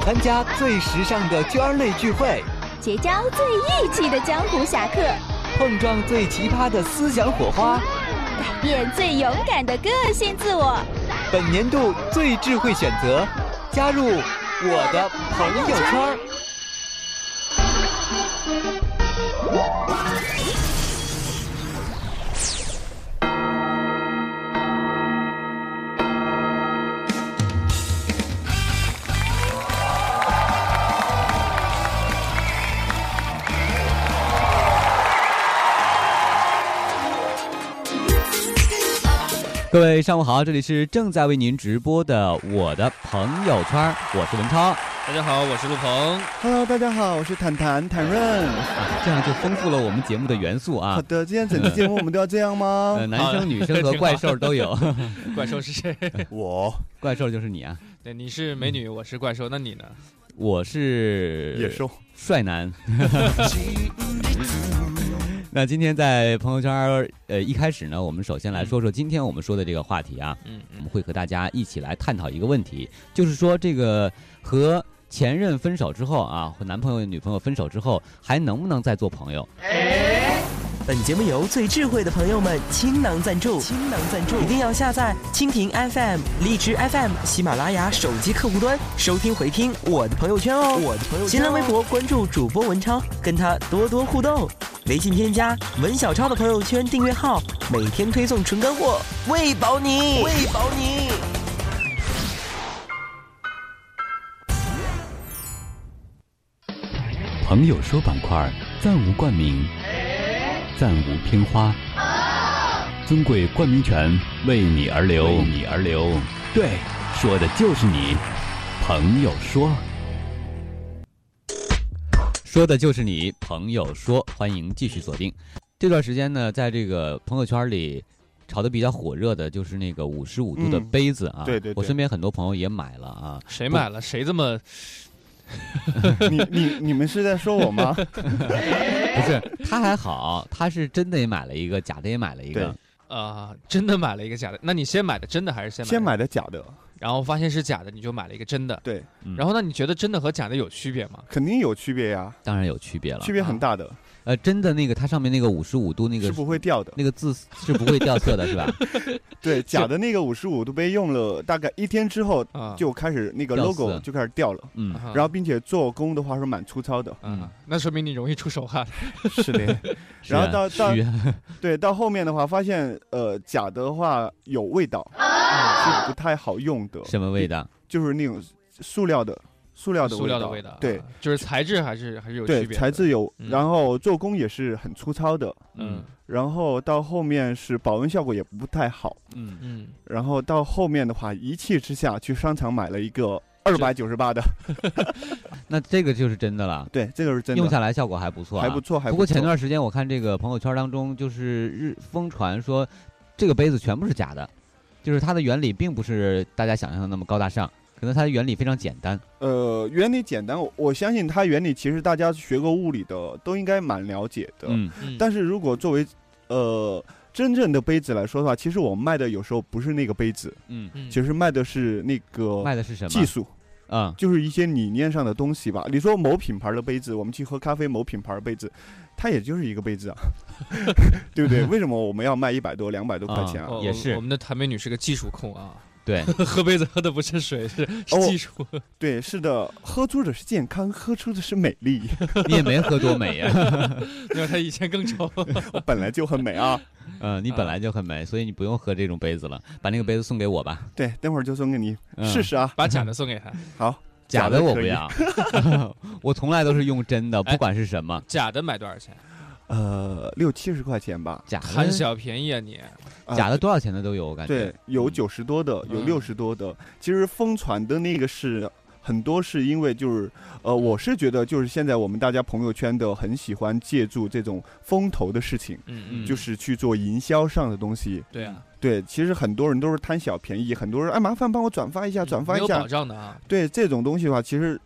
参加最时尚的圈儿内聚会，结交最义气的江湖侠客，碰撞最奇葩的思想火花。改变最勇敢的个性自我。本年度最智慧选择，加入我的朋友圈儿。各位上午好，这里是正在为您直播的我的朋友圈儿，我是文超。大家好，我是陆鹏。 Hello，大家好，我是坦坦坦润。这样就丰富了我们节目的元素啊好。的，今天整期节目我们都要这样吗 呃，？男好生、女生和怪兽都有， 怪兽是谁？嗯我怪兽就是你啊，对，你是美女，我是怪兽，那你呢？我是野兽，帅男。 那今天在朋友圈儿，呃，一开始呢，我们首先来说说今天我们说的这个话题啊，嗯我嗯们会和大家一起来探讨一个问题，就是说这个和前任分手之后啊，和男朋友、女朋友分手之后，还能不能再做朋友？本节目由最智慧的朋友们倾囊赞助，倾囊赞助，一定要下载蜻蜓 FM、荔枝 FM、喜马拉雅手机客户端收听回听我的朋友圈哦，我的朋友圈、新浪微博关注主播文超，跟他多多互动。微信添加文小超的朋友圈订阅号，每天推送纯干货，喂饱你，喂饱你。朋友说板块暂无冠名，暂无片花，尊贵冠名权为你而留，为你而留。对，说的就是你，朋友说。说的就是你，朋友说，欢迎继续锁定。这段时间呢，在这个朋友圈里炒得比较火热的就是那个五十五度的嗯杯子啊，对对对我身边很多朋友也买了啊，谁买了？谁这么？你你你们是在说我吗？不是他还好，他是真的也买了一个，假的也买了一个对，啊，真的买了一个假的？那你先买的真的还是先买？先。买的假的，然后发现是假的，你就买了一个真的。对，嗯然后那你觉得真的和假的有区别吗？肯定有区别呀，当然有区别了区。别很大的，呃，真的那个它上面那个五十五度那个是不会掉的。那个字是不会掉 色的，是吧？对，假的那个五十五度杯用了大概一天之后，啊，就开始那个掉色 logo 就开始掉了，嗯，啊然后并且做工的话是蛮粗糙的。啊，那说明你容易出手 汗。是的，是然后到到虚啊 对，到后面的话发现，呃，假的话有味道，是不太好用的，什么味道？就是那种塑料的塑料的塑料的味道。对啊，就是材质还是还是有区对别，的。材质有，嗯然后做工也是很粗糙的，嗯然后到后面是保温效果也不太好，嗯，嗯，然后到后面的话，一气之下去商场买了一个二百九十八的，那这个就是真的了，对，这个是真的，用下来效果还不错啊，还不错，还不过错前段时间我看这个朋友圈当中，就是日疯传说，这个杯子全部是假的，就是它的原理并不是大家想象的那么高大上，可能它的原理非常简单。呃原理简单，我我相信它原理其实大家学过物理的都应该蛮了解的，嗯，嗯但是如果作为呃真正的杯子来说的话，其实我卖的有时候不是那个杯子，嗯，嗯其实卖的是那个卖的是什么？技。术，嗯，就是一些理念上的东西吧。你说某品牌的杯子，我们去喝咖啡，某品牌的杯子，它也就是一个杯子啊， 对 不对？为什么我们要卖一百多、两百多块钱啊？哦也是我们的谭美女是个技术控啊， 对，喝杯子喝的不是水，是是哦技术。 对，是的，喝出的是健康，喝出的是美 丽。你也没喝多美啊呀，那他以前更丑。我本来就很美啊。 嗯，你本来就很美，所以你不用喝这种杯子了，把那个杯子送给我吧，对，等会儿就送给你嗯试。试啊。把假的送给他，好，假的我可不以。要， 我从来都是用真的，哎不管是什么。 假的买多少钱？呃，六七十块钱吧。假贪的，小便宜啊你！啊假的多少钱的都有，我感觉。对，有嗯九十多的，有嗯六十多的。其实疯传的那个是很多，是因为就是呃，我是觉得就是现在我们大家朋友圈的很喜欢借助这种风投的事情，嗯就是去做营销上的东西。对啊，对，其实很多人都是贪小便宜，很多人哎，麻烦帮我转发一下，转发嗯没一有下保。障的啊。对这种东西的话，其实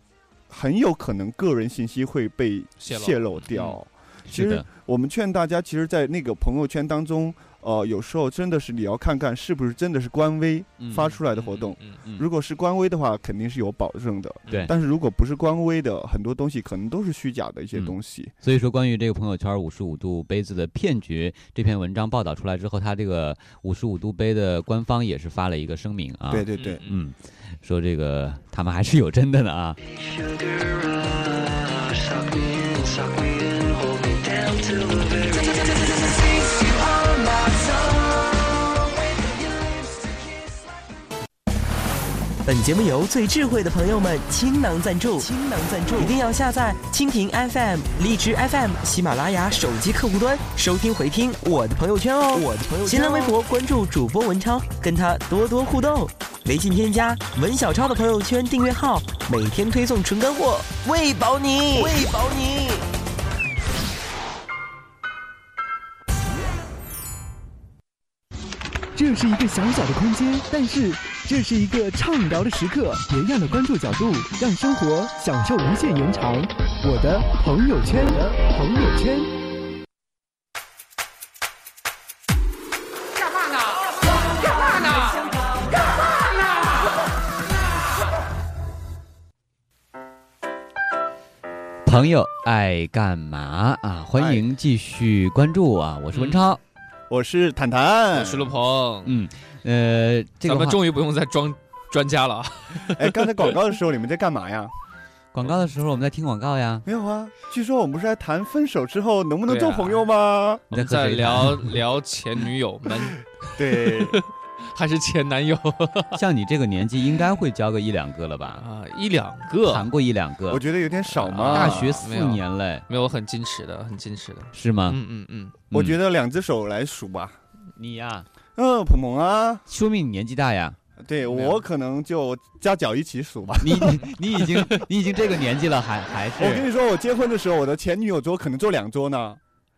很有可能个人信息会被泄露嗯泄露掉。嗯其是实的，我们劝大家，其实，在那个朋友圈当中，呃，有时候真的是你要看看是不是真的是官微嗯发出来的活动。嗯，嗯嗯如果是官微的话，肯定是有保证的。对但是如果不是官微的，很多东西可能都是虚假的一些嗯东西。所以说，关于这个朋友圈五十五度杯子的骗局这篇文章报道出来之后，他这个五十五度杯的官方也是发了一个声明啊，对对对，，嗯，说这个他们还是有真的呢啊。本节目由最智慧的朋友们倾囊赞助，倾囊赞助，一定要下载蜻蜓 FM、荔枝 FM、喜马拉雅手机客户端收听回听我的朋友圈哦，我的朋友圈、新浪微博关注主播文超，跟他多多互动，微信添加文小超的朋友圈订阅号，每天推送纯干货，喂饱你，喂饱你。这是一个小小的空间，但是这是一个畅聊的时刻，别样的关注角度，让生活享受无限延长。我的朋友圈，我的朋友圈。朋友爱干嘛啊？欢迎继续关注啊！我是文超。我是坦坦，我是陆鹏，嗯，呃，这咱个们话终于不用再装专家了啊！ 哎，刚才广告的时候你们在干嘛呀？广告的时候我们在听广告呀。没有啊，据说我们是在谈分手之后能不能做对啊朋友吗？你在我和们在谁聊聊前女友们， 对，还是前男友 像你这个年纪，应该会交个一两个了吧？啊？一两个谈过一两个啊我，觉得有点少啊嘛。大学四没有年嘞，没有，我很矜持的，很矜持的。是吗？嗯嗯嗯，我觉得得两只手来数吧。你呀，嗯，鹏鹏啊，说明你年纪大呀。对没有我可能就加脚一起数吧。你你你已经你已经这个年纪了，还还我跟是你说，我结婚的时候，我的前女友桌可能坐两桌呢。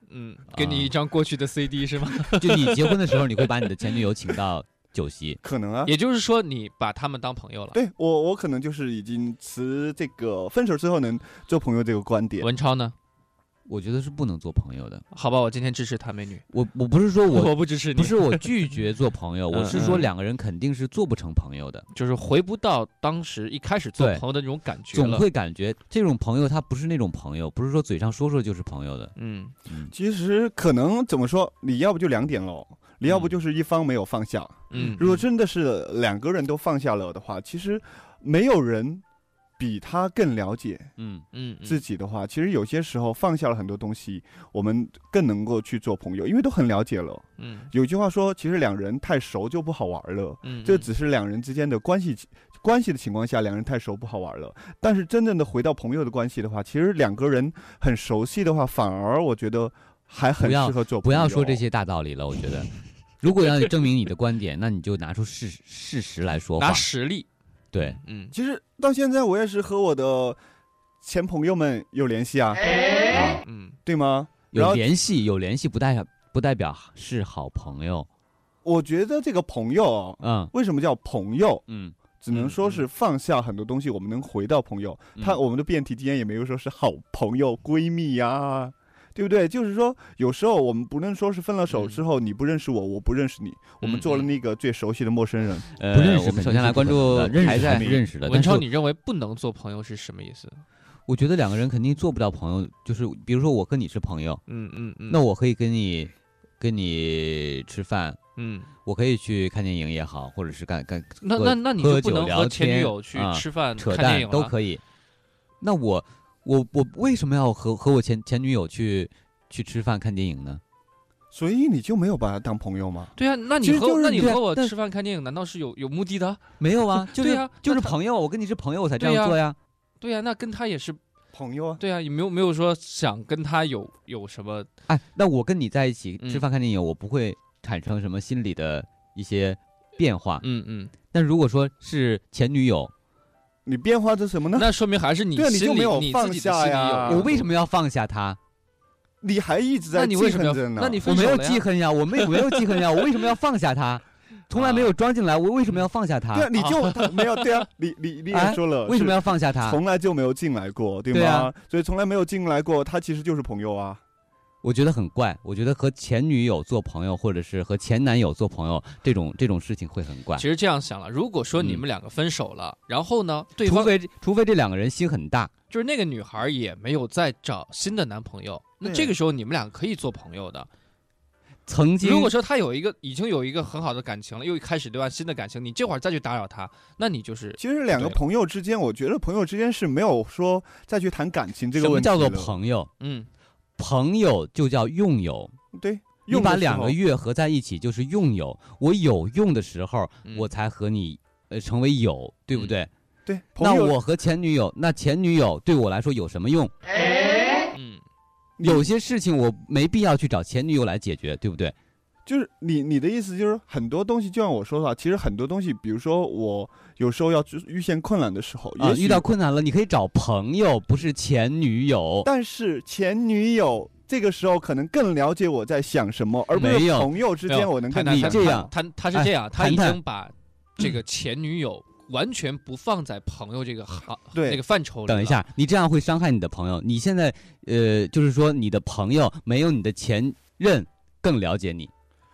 嗯，给你一张过去的 CD 是吗？就你结婚的时候，你会把你的前女友请到酒席。可能啊，也就是说，你把他们当朋友了。对我我可能就是已经持这个分手之后能做朋友这个观点。文超呢？我觉得是不能做朋友的。好吧，我今天支持谭美女，我我不是说我 我不支持你，不是我拒绝做朋友，我嗯是说嗯两个人肯定是做不成朋友的，就是回不到当时一开始做对朋友的那种感觉总了。会感觉这种朋友他不是那种朋友，不是说嘴上说说就是朋友的。嗯，其实可能怎么说，你要不就两点喽，你要不嗯就是一方没有放下。嗯，如果真的是两个人都放下了的话，其实没有人比他更了解嗯，嗯嗯自己的话，其实有些时候放下了很多东西，我们更能够去做朋友，因为都很了解了。嗯有句话说，其实两人太熟就不好玩了。嗯，这嗯只是两人之间的关系关系的情况下，两人太熟不好玩了。但是真正的回到朋友的关系的话，其实两个人很熟悉的话，反而我觉得还很不要适合做朋友。不要说这些大道理了，我觉得，如果要你证明你的观点，那你就拿出事事实来说拿话。实力，对，嗯，其实到现在，我也是和我的前朋友们有联系啊，嗯，对吗？然有后联系有联系不代表不代表是好朋友。我觉得这个朋友啊，嗯为什么叫朋友？嗯，只能说是放下很多东西，我们能回到朋友。嗯他我们的辩题之间也没有说是好朋友、闺蜜呀、对不对？就是说，有时候我们不论说是分了手之后，你不认识我，我不认识你，我们做了那个最熟悉的陌生人。呃不认识我们首肯定先是来不关可能注的认还识在是认识的，文但是超，你认为不能做朋友是什么意思？我觉得两个人肯定做不了朋友，就是比如说我跟你是朋友，嗯嗯嗯，那我可以跟你跟你吃饭，嗯，我可以去看电影也好，或者是干干那喝那那你喝就酒不能聊和前天女友去啊吃饭、扯看电淡影都了可以。那我我我为什么要和和我前前女友去去吃饭看电影呢？所以你就没有把他当朋友吗？对啊，那你其实和就是那你这样和我但吃饭看电影，难道是有有目的的？没有啊， 就是、对呀就那是他朋友，我跟你是朋友，我才这对样呀做呀。对啊，那跟他也是朋友啊，对啊，也没有没有说想跟他有有什么哎，那我跟你在一起吃嗯饭看电影，我不会产生什么心理的一些变化。嗯嗯，但如果说是前女友，你变化成什么呢？那说明还是你对啊你心就里没有你放自己的下心里呀有我为什么要放下她？你还一直那在你记为什么恨要着呢？那你分我没手有了呀记恨呀，我没我没有记恨呀，我为什么要放下她？ 从啊来没有装进来，我为嗯什么要放下对啊，她？你就、他没有对啊，你你你哎也说了，为什么要放下她？从来就没有进来过，对吗？对啊所以从来没有进来过，他其实就是朋友啊。我觉得很怪，我觉得和前女友做朋友，或者是和前男友做朋友，这种这种事情会很怪。其实这样想了，如果说你嗯们两个分手了，然后呢，对除方非除非这两个人心很大，就是那个女孩也没有再找新的男朋友，那对这个时候你们俩可以做朋友的。曾经如果说她有一个已经有一个很好的感情了，又开始对吧新的感情，你这会儿再去打扰她，那你就是其实两个对朋友之间，我觉得朋友之间是没有说再去谈感情这什个么问题叫做的朋友？嗯，朋友就叫用友，对，你用的把时两个候月合在一起就是用友。我有用的时候，嗯我才和你呃成为友，对不对？对，那朋友我和前女友，那前女友对我来说有什么用？嗯，你有些事情我没必要去找前女友来解决，对不对？就是你你的意思就是很多东西，就像我说的话，其实很多东西，比如说我有时候要遇遇见困难的时候，啊，也许遇到困难了，你可以找朋友，不是前女友。但是前女友这个时候可能更了解我在想什么，而不是没有朋友之没间有我能谈看太你谈见。这样谈他是这样，他已谈谈经把这嗯个前女友完全不放在朋友这个行啊对那个范畴里。等一，下，你这样会伤害你的朋友。你现在，呃，就是说你的朋友没有你的前任更了解你。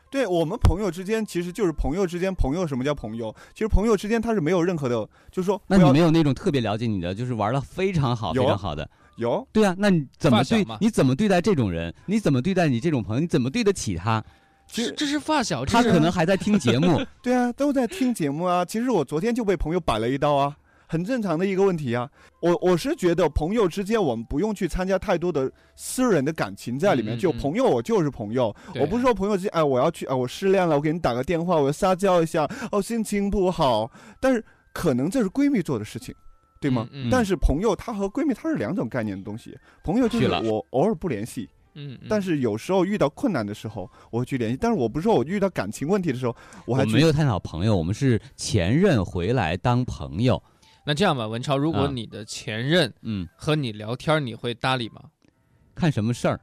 对我们朋友之间其实就是朋友之间，朋友什么叫朋友？其实朋友之间他是没有任何的，就是说那不你要没有那种特别了解你的，就是玩的非常好、有非啊常好的？有对啊，那你怎么发小对嘛？你怎么对待这种人？你怎么对待你这种朋友？你怎么对得起他？其这实这是发小，这他是可能还在听节 目，对啊，都在听节目啊。其实我昨天就被朋友摆了一刀啊，很正常的一个问题啊。我我是觉得朋友之间，我们不用去参加太多的私人的感情在里面。嗯嗯就嗯朋友，我就是朋友，对我不是说朋友之间，哎，我要去，哎，我失恋了，我给你打个电话，我要撒娇一下，哦，心情不好。但是可能这是闺蜜做的事情，对吗？嗯嗯但是朋友，她和闺蜜她是两种概念的东西。朋友就去是了我偶尔不联系，嗯，嗯但是有时候遇到困难的时候，我会去联系。但是我不是说我遇到感情问题的时候，我我还们没去有探讨朋友，我们是前任回来当朋友。那这样吧，文超，如果啊你的前任嗯，和你聊天，你会搭理吗？看什么事儿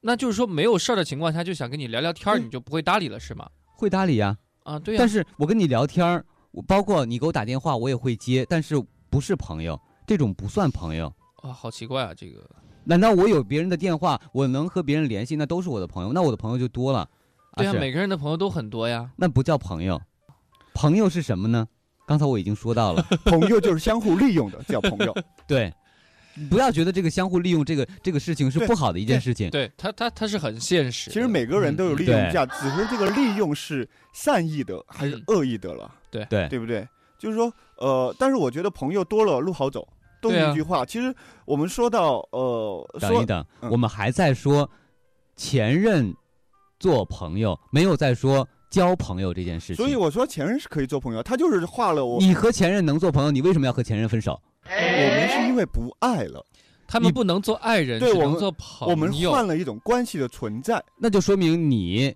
那就是说没有事儿的情况下，就想跟你聊聊天儿，对你就不会搭理了，是吗？会搭理呀、啊，对呀、但是我跟你聊天儿，我包括你给我打电话，我也会接，但是不是朋友，这种不算朋友。哇，好奇怪啊，这个难道我有别人的电话，我能和别人联系，那都是我的朋友，那我的朋友就多了。对呀、啊是每个人的朋友都很多呀。那不叫朋友，朋友是什么呢？刚才我已经说到 了，朋友就是相互利用的，叫朋友。对，不要觉得这个相互利用这个这个事情是对不好的一件事情。对他，他他是很现实的。其实每个人都有利用嗯对价，只是这个利用是善意的还是嗯恶意的了，对对不对？就是说，呃，但是我觉得朋友多了路好走。都对是啊一句话，其实我们说到呃，等说一等，嗯我们还在说前任做朋友，没有在说交朋友这件事情。所以我说前任是可以做朋友，他就是画了我，我你和前任能做朋友，你为什么要和前任分手？们是因为不爱了，他们你不能做爱人，对只我能们做朋友。我们换了一种关系的存在，那就说明你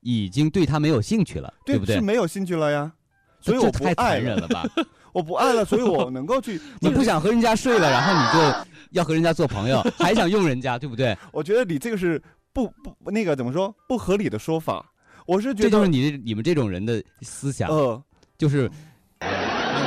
已经对他没有兴趣了，对，不对是？没有兴趣了呀，所以这我不太爱残忍了，了吧！我不爱了，所以我能够去， 你不想和人家睡了，然后你就要和人家做朋友，还想用人家，对不对？我觉得你这个是不不那个怎么说不合理的说法，我是觉这得就是你啊你们这种人的思想，呃，就是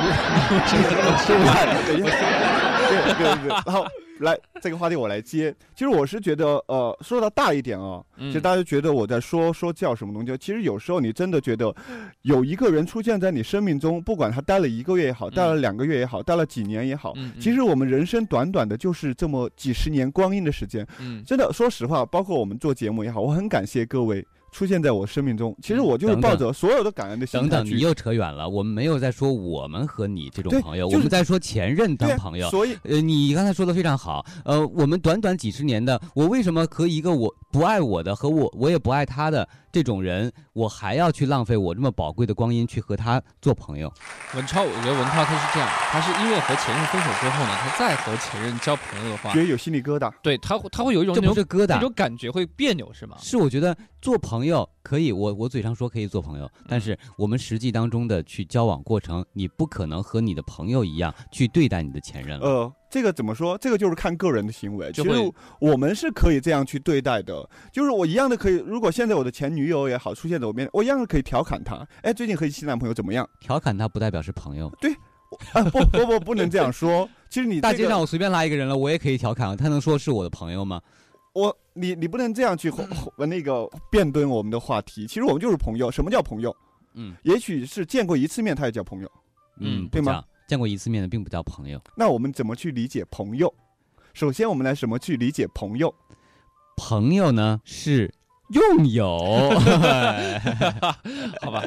对对对对对，然后来这个话题我来接。其实我是觉得，呃，说到大一点啊，嗯，其实大家觉得我在说说教什么东西，其实有时候你真的觉得，有一个人出现在你生命中，不管他待了一个月也好，嗯待了两个月也好，待了几年也好。嗯，嗯其实我们人生短短的就是这么几十年光阴的时间，嗯，真的，说实话，包括我们做节目也好，我很感谢各位出现在我生命中。其实嗯我就是等抱等着所有的感恩的心等态等，去你又扯远了。我们没有在说我们和你这种对朋友，就是我们在说前任当对朋友。所以呃，你刚才说的非常好。呃，我们短短几十年的，我为什么和一个我不爱我的和我我也不爱他的这种人，我还要去浪费我这么宝贵的光阴去和他做朋友？文超，我觉得文超他是这样，他是因为和前任分手之后呢，他再和前任交朋友的话觉，得有心理疙瘩。对他会他会有一种这那不种是疙那瘩，种感觉会别扭，是吗？是我觉得做朋友可以，我我嘴上说可以做朋友，但嗯是我们实际当中的去交往过程，你不可能和你的朋友一样去对待你的前任了。呃，这个怎么说？这个就是看个人的行为。其就实会我们是可以这样去对待的，就是我一样的可以。如果现在我的前女友也好出现在我面前，我一样的可以调侃她。哎，最近和新男朋友怎么样？调侃他不代表是朋友，啊，不不不，不能这样说。其实你、这个、啊大街上我随便拉一个人了，我也可以调侃，他能说是我的朋友吗？我你你不能这样嗯去哄哄那个辩论我们的话题。其实我们就是朋友，什么叫朋友？嗯也许是见过一次面，他也叫朋友。嗯，对不吗叫？见过一次面的并不叫朋友，那我们怎么去理解朋友？首先，我们来什么去理解朋友？朋友呢是用友。好吧？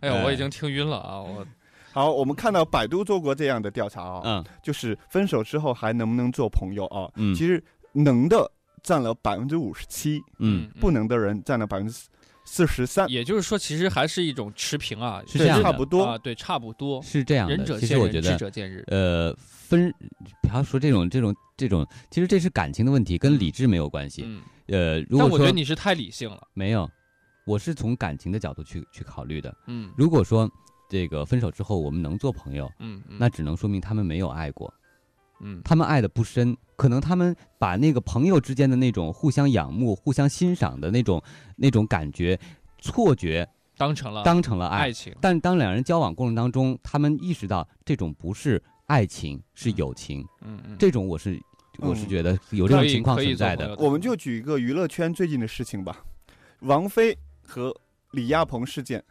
哎呦，我已经听晕了啊！我好，我们看到百度做过这样的调查啊、嗯就是分手之后还能不能做朋友啊？嗯其实能的占了百分之五十七，嗯，不，能的人占了百分之四十三，也就是说，其实还是一种持平啊，是这对样的差不多啊，。对，差不多。是这样仁者的。其见实我仁，觉智得，者见仁。呃，分不要说这种这种这种，其实这是感情的问题，跟理智没有关系。嗯，呃，如但果我觉得说你是太理性了。没有，我是从感情的角度去去考虑的。嗯如果说这个分手之后我们能做朋友，嗯，嗯那只能说明他们没有爱过，嗯他们爱的不深，可能他们把那个朋友之间的那种互相仰慕、互相欣赏的那种那种感觉、错觉当成了当哎成了啊爱。爱情。但当两人交往过程当中，他们意识到这种不是爱情，是友情。嗯嗯，这种我是我是嗯觉得有有这种情况存在的。我们就举一个娱乐圈最近的事情吧，王菲和李亚鹏事件。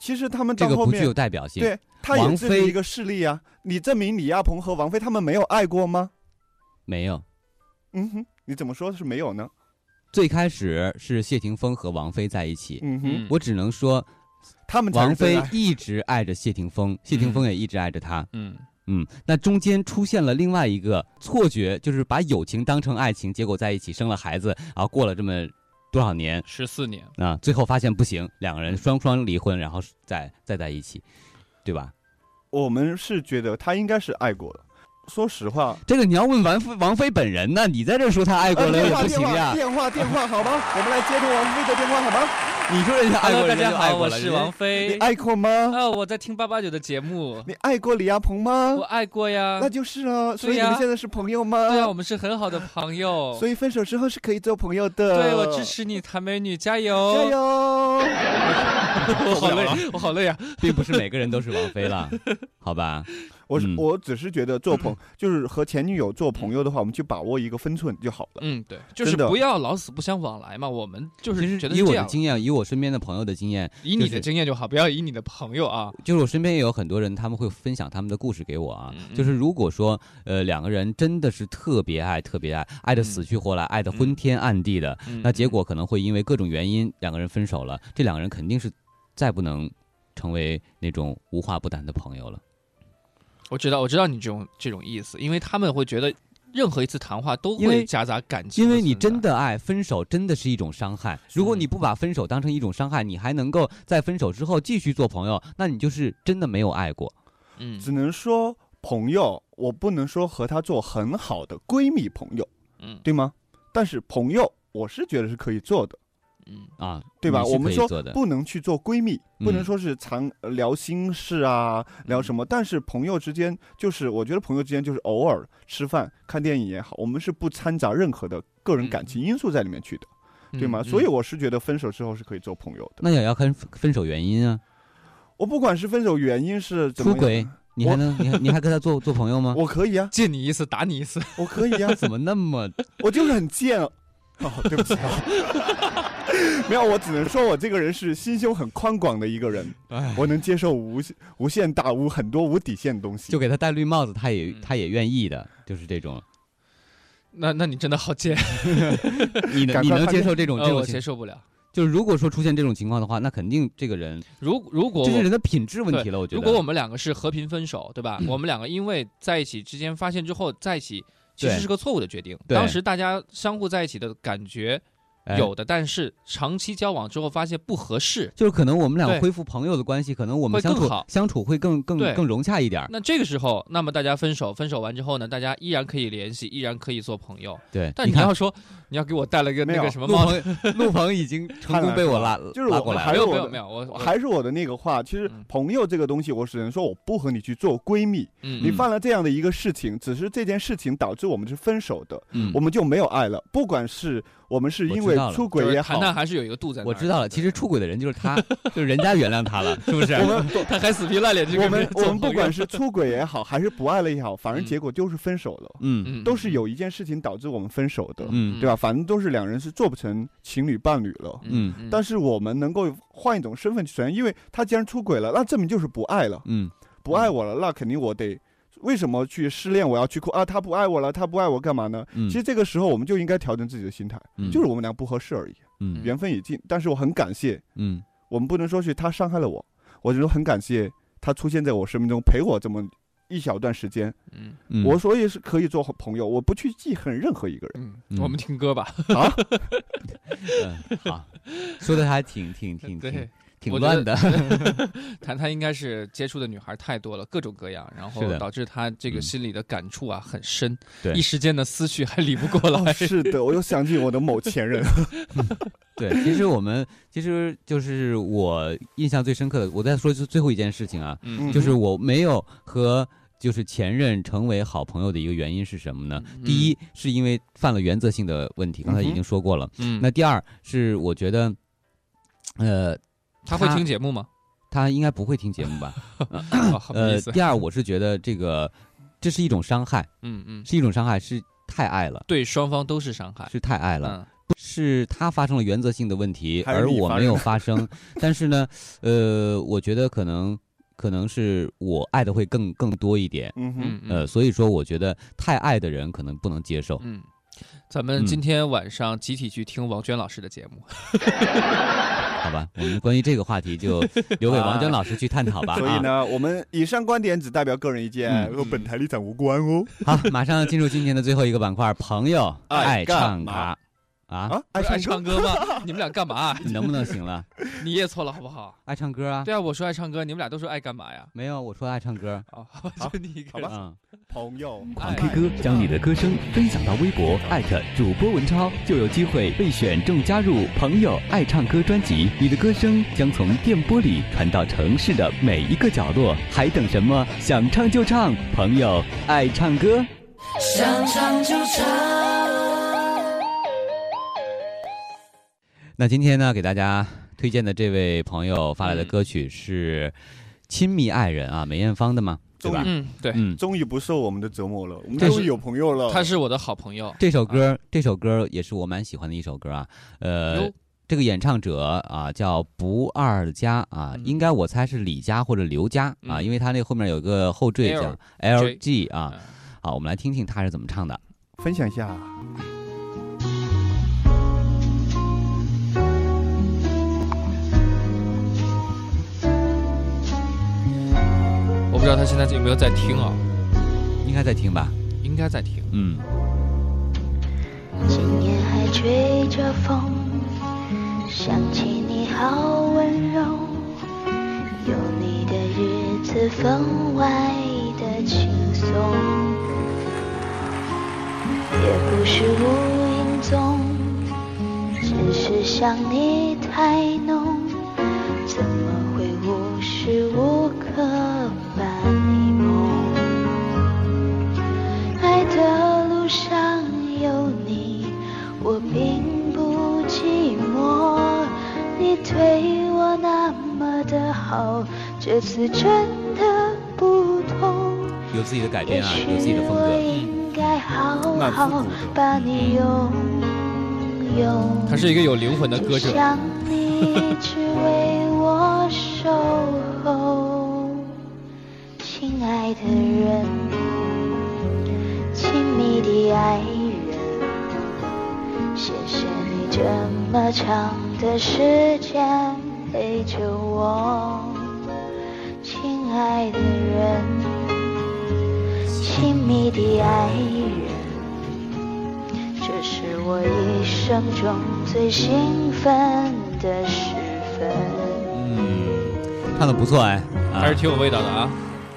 其实他们这到个后不具面有代表性。对他也王证明菲一个事例啊，你证明李亚鹏和王菲他们没有爱过吗？没有。嗯哼，你怎么说是没有呢？最开始是谢霆锋和王菲在一起，嗯哼，我只能说他们才王是真菲爱一直爱着谢霆锋，谢霆锋也一直爱着她。嗯嗯，那中间出现了另外一个错觉，就是把友情当成爱情，结果在一起生了孩子，然后过了这么多少年十四年，啊，最后发现不行，两个人双双离婚，然后再再在一起，对吧？我们是觉得他应该是爱过的。说实话，这个你要问王菲王菲本人呢，你在这说她爱过呃了也电不话行电呀话。电话电话，好吧， 我们来接通王菲的电话，好吗？你说人家爱 Hello，过大人家家就爱好，过我了是人家王你菲。爱过吗？哦，我在听八八九的节目，你爱过李亚鹏吗我？爱过呀那。就是啊，所以你对呀们现在是朋友对啊，吗我？们是很好的朋友。 所以分手之后是可以做朋友的。对，我支，持哦你，谭美女，加油！加！油！我好累，我好累 啊！并不是每个人都是王菲了，好吧？我是、嗯我只是觉得做朋就是和前女友做朋友的话，我们去把握一个分寸就好了。嗯，对，就是真的不要老死不相往来嘛。我们就其是实觉得以是我这的样，经验，以我身边的朋友的经验，以你就的是经验就好，不要以你的朋友啊。就是我身边也有很多人，他们会分享他们的故事给我啊嗯。嗯就是如果说呃两个人真的是特别爱，特别爱，爱的死去活来，爱的昏天暗地的，嗯那结果可能会因为各种原因两个人分手了，这两个人肯定是再不能成为那种无话不谈的朋友了。我知道，我知道你这种这种意思，因为他们会觉得任何一次谈话都因会为夹杂感情，因为你真。的爱，分手真的是一种伤害。如果你不把分手当成一种伤害，你还能够在分手之后继续做朋友，那你就是真的没有爱过。嗯只能说朋友，我不能说和她做很好的闺蜜朋友，嗯对吗？但是朋友，我是觉得是可以做的，嗯啊，对吧？你是我们可以说做的，不能去做闺蜜，嗯不能说是常呃聊心事啊，聊什么。但是朋友之间，就是我觉得朋友之间就是偶尔吃饭、看电影也好，我们是不掺杂任何的个人感嗯情因素在里面去的，对吗？嗯所以我是觉得分手之后是可以做朋友的。那也要看分手原因啊，我不管是分手原因是怎么出样轨，，你还能你还你还跟他做做朋友吗？，我可以啊，见你一次打你一次，我可以啊怎么那么我就是很贱啊。哦，对不起啊， 没有，我只能说我这个人是心胸很宽广的一个人，我能接受无无限大、无很多无底线的东西。就给他戴绿帽子，他也嗯他也愿意的，就是这 种。那那你真的好贱，你赶快能你能快接受这种这呃种我情接？受不了。就是如果说出现这种情况的话，那肯定这个人如如果这是我人的品质问题了。我觉得，如果我们两个是和平分手，对吧？我们两个因为在一起之间发现之后在一起，其实对是个错误的决定。对当时大家相互在一起的感觉哎有的，但是长期交往之后发现不合适，就是可能我们对俩恢复朋友的关系，可能我们会相更处好相处会更更对更融洽一点儿。那这个时候，那么大家分手，分手完之后呢，大家依然可以联系，依然可以做朋友。对，但你你看要说你要给我带了个没那个有什么陆猫头，鹏，陆鹏已经成功被我拉就是我拉过来还了没。有我没有的没有，我我还是我的那个话，其实嗯朋友这个东西，我只能说我不和你去做闺蜜。嗯你犯了这样的一个事情，只是这件事情导致我们是分手的，嗯我们就没有爱了。不管是我们是我知因为道了出轨就是也好谈，谈还是有一个度在那儿。我知道了，其实出轨的人就是他，就是人家原谅他了，是不是？我们他 还死皮赖脸去我跟别们人我做们不朋友管是出轨也好，还是不爱了也好，反正结果就是分手了，嗯嗯都是有一件事情导致我们分手的，嗯对吧？反正都是两人是做不成情侣伴侣了。嗯但是我们能够换一种身份去承认，因为他既然出轨了，那证明就是不爱了，嗯不爱我了，那肯定我得为什么去失恋？我要去哭啊，他不爱我了，他不爱我干嘛呢？嗯，其实这个时候我们就应该调整自己的心态，嗯就是我们俩不合适而已，嗯缘分已尽。但是我很感谢，嗯我们不能说是他伤害了我，我只是很感谢他出现在我生命中，陪我这么一小段时间。嗯嗯，我所以是可以做朋友，我不去记恨任何一个人。嗯嗯我们听歌吧。嗯好，说的还挺挺 挺挺对，挺我觉乱得的， 谈谈应该是接触的女孩太多了，各种各样，然是后的嗯导致他这个心里的感触啊很深，对一时间的思绪还理不过来。哦是的，我又想起我的某前任，对，其实我们其实就是我印象最深刻的，我再说最最后一件事情啊， 嗯就是我没有和就是前任成为好朋友的一个原因是什么呢？第一是因为犯了原则性的问题，刚才已经说过了。嗯嗯，那第二是我觉得，呃，他会他听节 目吗？他应该不会听节 目吧？啊很没呃意，思。第二我是觉得这个这是一种伤害，嗯嗯，是一种伤害，是太爱了，对双方都是伤害。是太爱了。嗯是他发生了原则性的问题，还是而你我发没有发生。 但是呢，呃，我觉得可能可能是我爱的会更更多一点，嗯哼，嗯呃，嗯所以说我觉得太爱的人可能不能接受。嗯，咱们今天晚上集体去听王娟老师的节目。嗯好吧，我们关于这个话题 就留给王娟老师去探讨吧。啊所以，呢，我们以上观点只代表个人意见，嗯和本台立场无关哦。啊好，马上进入今天的最后一个板块——朋友 爱爱唱干嘛卡啊，啊，爱不是爱唱歌唱歌吗？ 你们俩干嘛？你能不能行 了？你也错了好 不好？爱唱歌啊？对啊，我说爱唱歌，你们俩都说爱干嘛呀？没有，我说爱唱 歌。啊， 就你一个好人吧。嗯，朋友，爱 K 歌将你的歌声分享到微博，艾特主播文超，就有机会被选中加入“朋友爱唱歌”专辑。你的歌声将从电波里传到城市的每一个角落，还等什么？想唱就唱，朋友爱唱歌。那今天呢，给大家推荐的这位朋友发来嗯的歌曲是《亲密爱人》啊，梅艳芳的嘛，对吧？嗯，对，嗯，终于不受我们的折磨了，我们但是终于有朋友了。他是我的好朋友。这首歌，这首歌也是我蛮喜欢的一首歌啊。呃哟，这个演唱者啊叫不二家啊，嗯应该我猜是李家或者刘家啊，嗯因为他那后面有个后缀叫 L 嗯 LG 啊。好，我们来听听他是怎么唱的。分享一下，我不知道他现在有没有在听啊，应该在听吧？应该在听。嗯，今夜还吹着风，想起你好温柔，有你的日子分外的轻松，也不是无影踪，只是想你太浓，怎么会无时无刻把你梦？爱的路上有你，我并不寂寞。你对我那么的好，这次真的不同。有自己的改也编啊，许有自己的风我格。应该好蛮复古好的把你拥嗯有。他是一个有灵魂的歌就者。像你一直为我守候，亲爱的人，亲密的爱人，谢谢你这么长的时间陪着我，亲爱的人，亲密的爱人。这是我一生中最兴奋的时分。嗯，唱的不错哎，啊还是挺有味道的啊。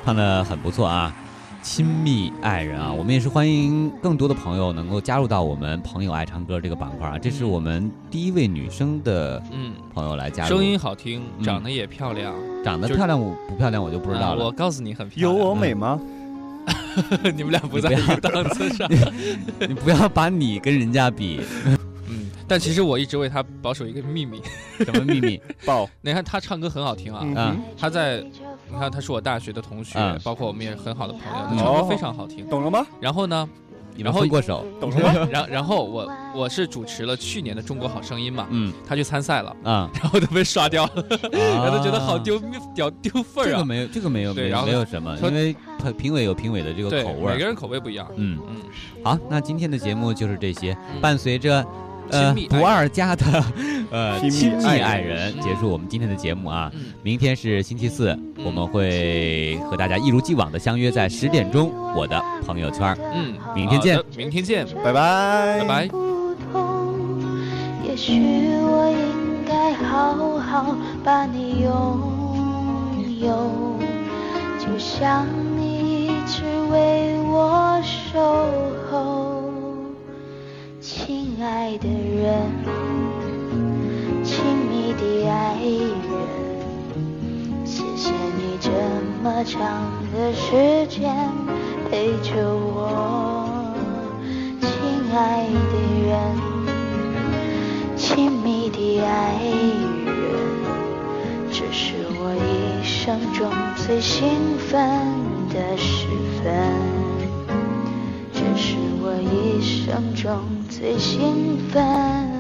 唱的很不错啊。亲密爱人啊，我们也是欢迎更多的朋友能够加入到我们“朋友爱唱歌”这个板块啊。这是我们第一位女生的嗯，朋友来加入，声音好听，嗯长得也漂亮，长得就是漂亮我不漂亮我就不知道啊我了。哦告诉你很漂有亮。我美吗？ 你们俩不在你一不要 个档次上。你不要把你跟人家比，嗯，但其实我一直为他保守一个秘密。什么秘 密？爆你看他唱歌很好听啊，嗯啊哼他在你看他是我大学的同学嗯，哦包括我们也是很好的朋友，他唱歌非常好听。懂了吗？然后呢，你们然后分过手？懂什么？ 嗯然然后我我是主持了去年的中国好声音嘛， 嗯他去参赛了，啊，然后都被刷掉了，啊 然后都觉得好丢面屌丢份这儿个啊。没有，这个没有，对没然有后没有什么，说因为他评委有评委的这个对口，味每个儿。人口味不一样。嗯，嗯，好，那今天的节目就是这些，伴随着。呃亲密，爱人不二家的呃亲亲密密爱爱人人结束我们今天的节目啊，嗯明天是星期四，我们会和大家一如既往的相约在十点钟我的朋友圈儿。嗯，明天见好。的明天见，拜拜，拜拜。不同，也许我应该好好把你拥有，就像你一直为我守候，亲爱的人，亲密的爱人，谢谢你这么长的时间陪着我。亲爱的人，亲密的爱人，这是我一生中最兴奋的时分，这是我一生中最兴奋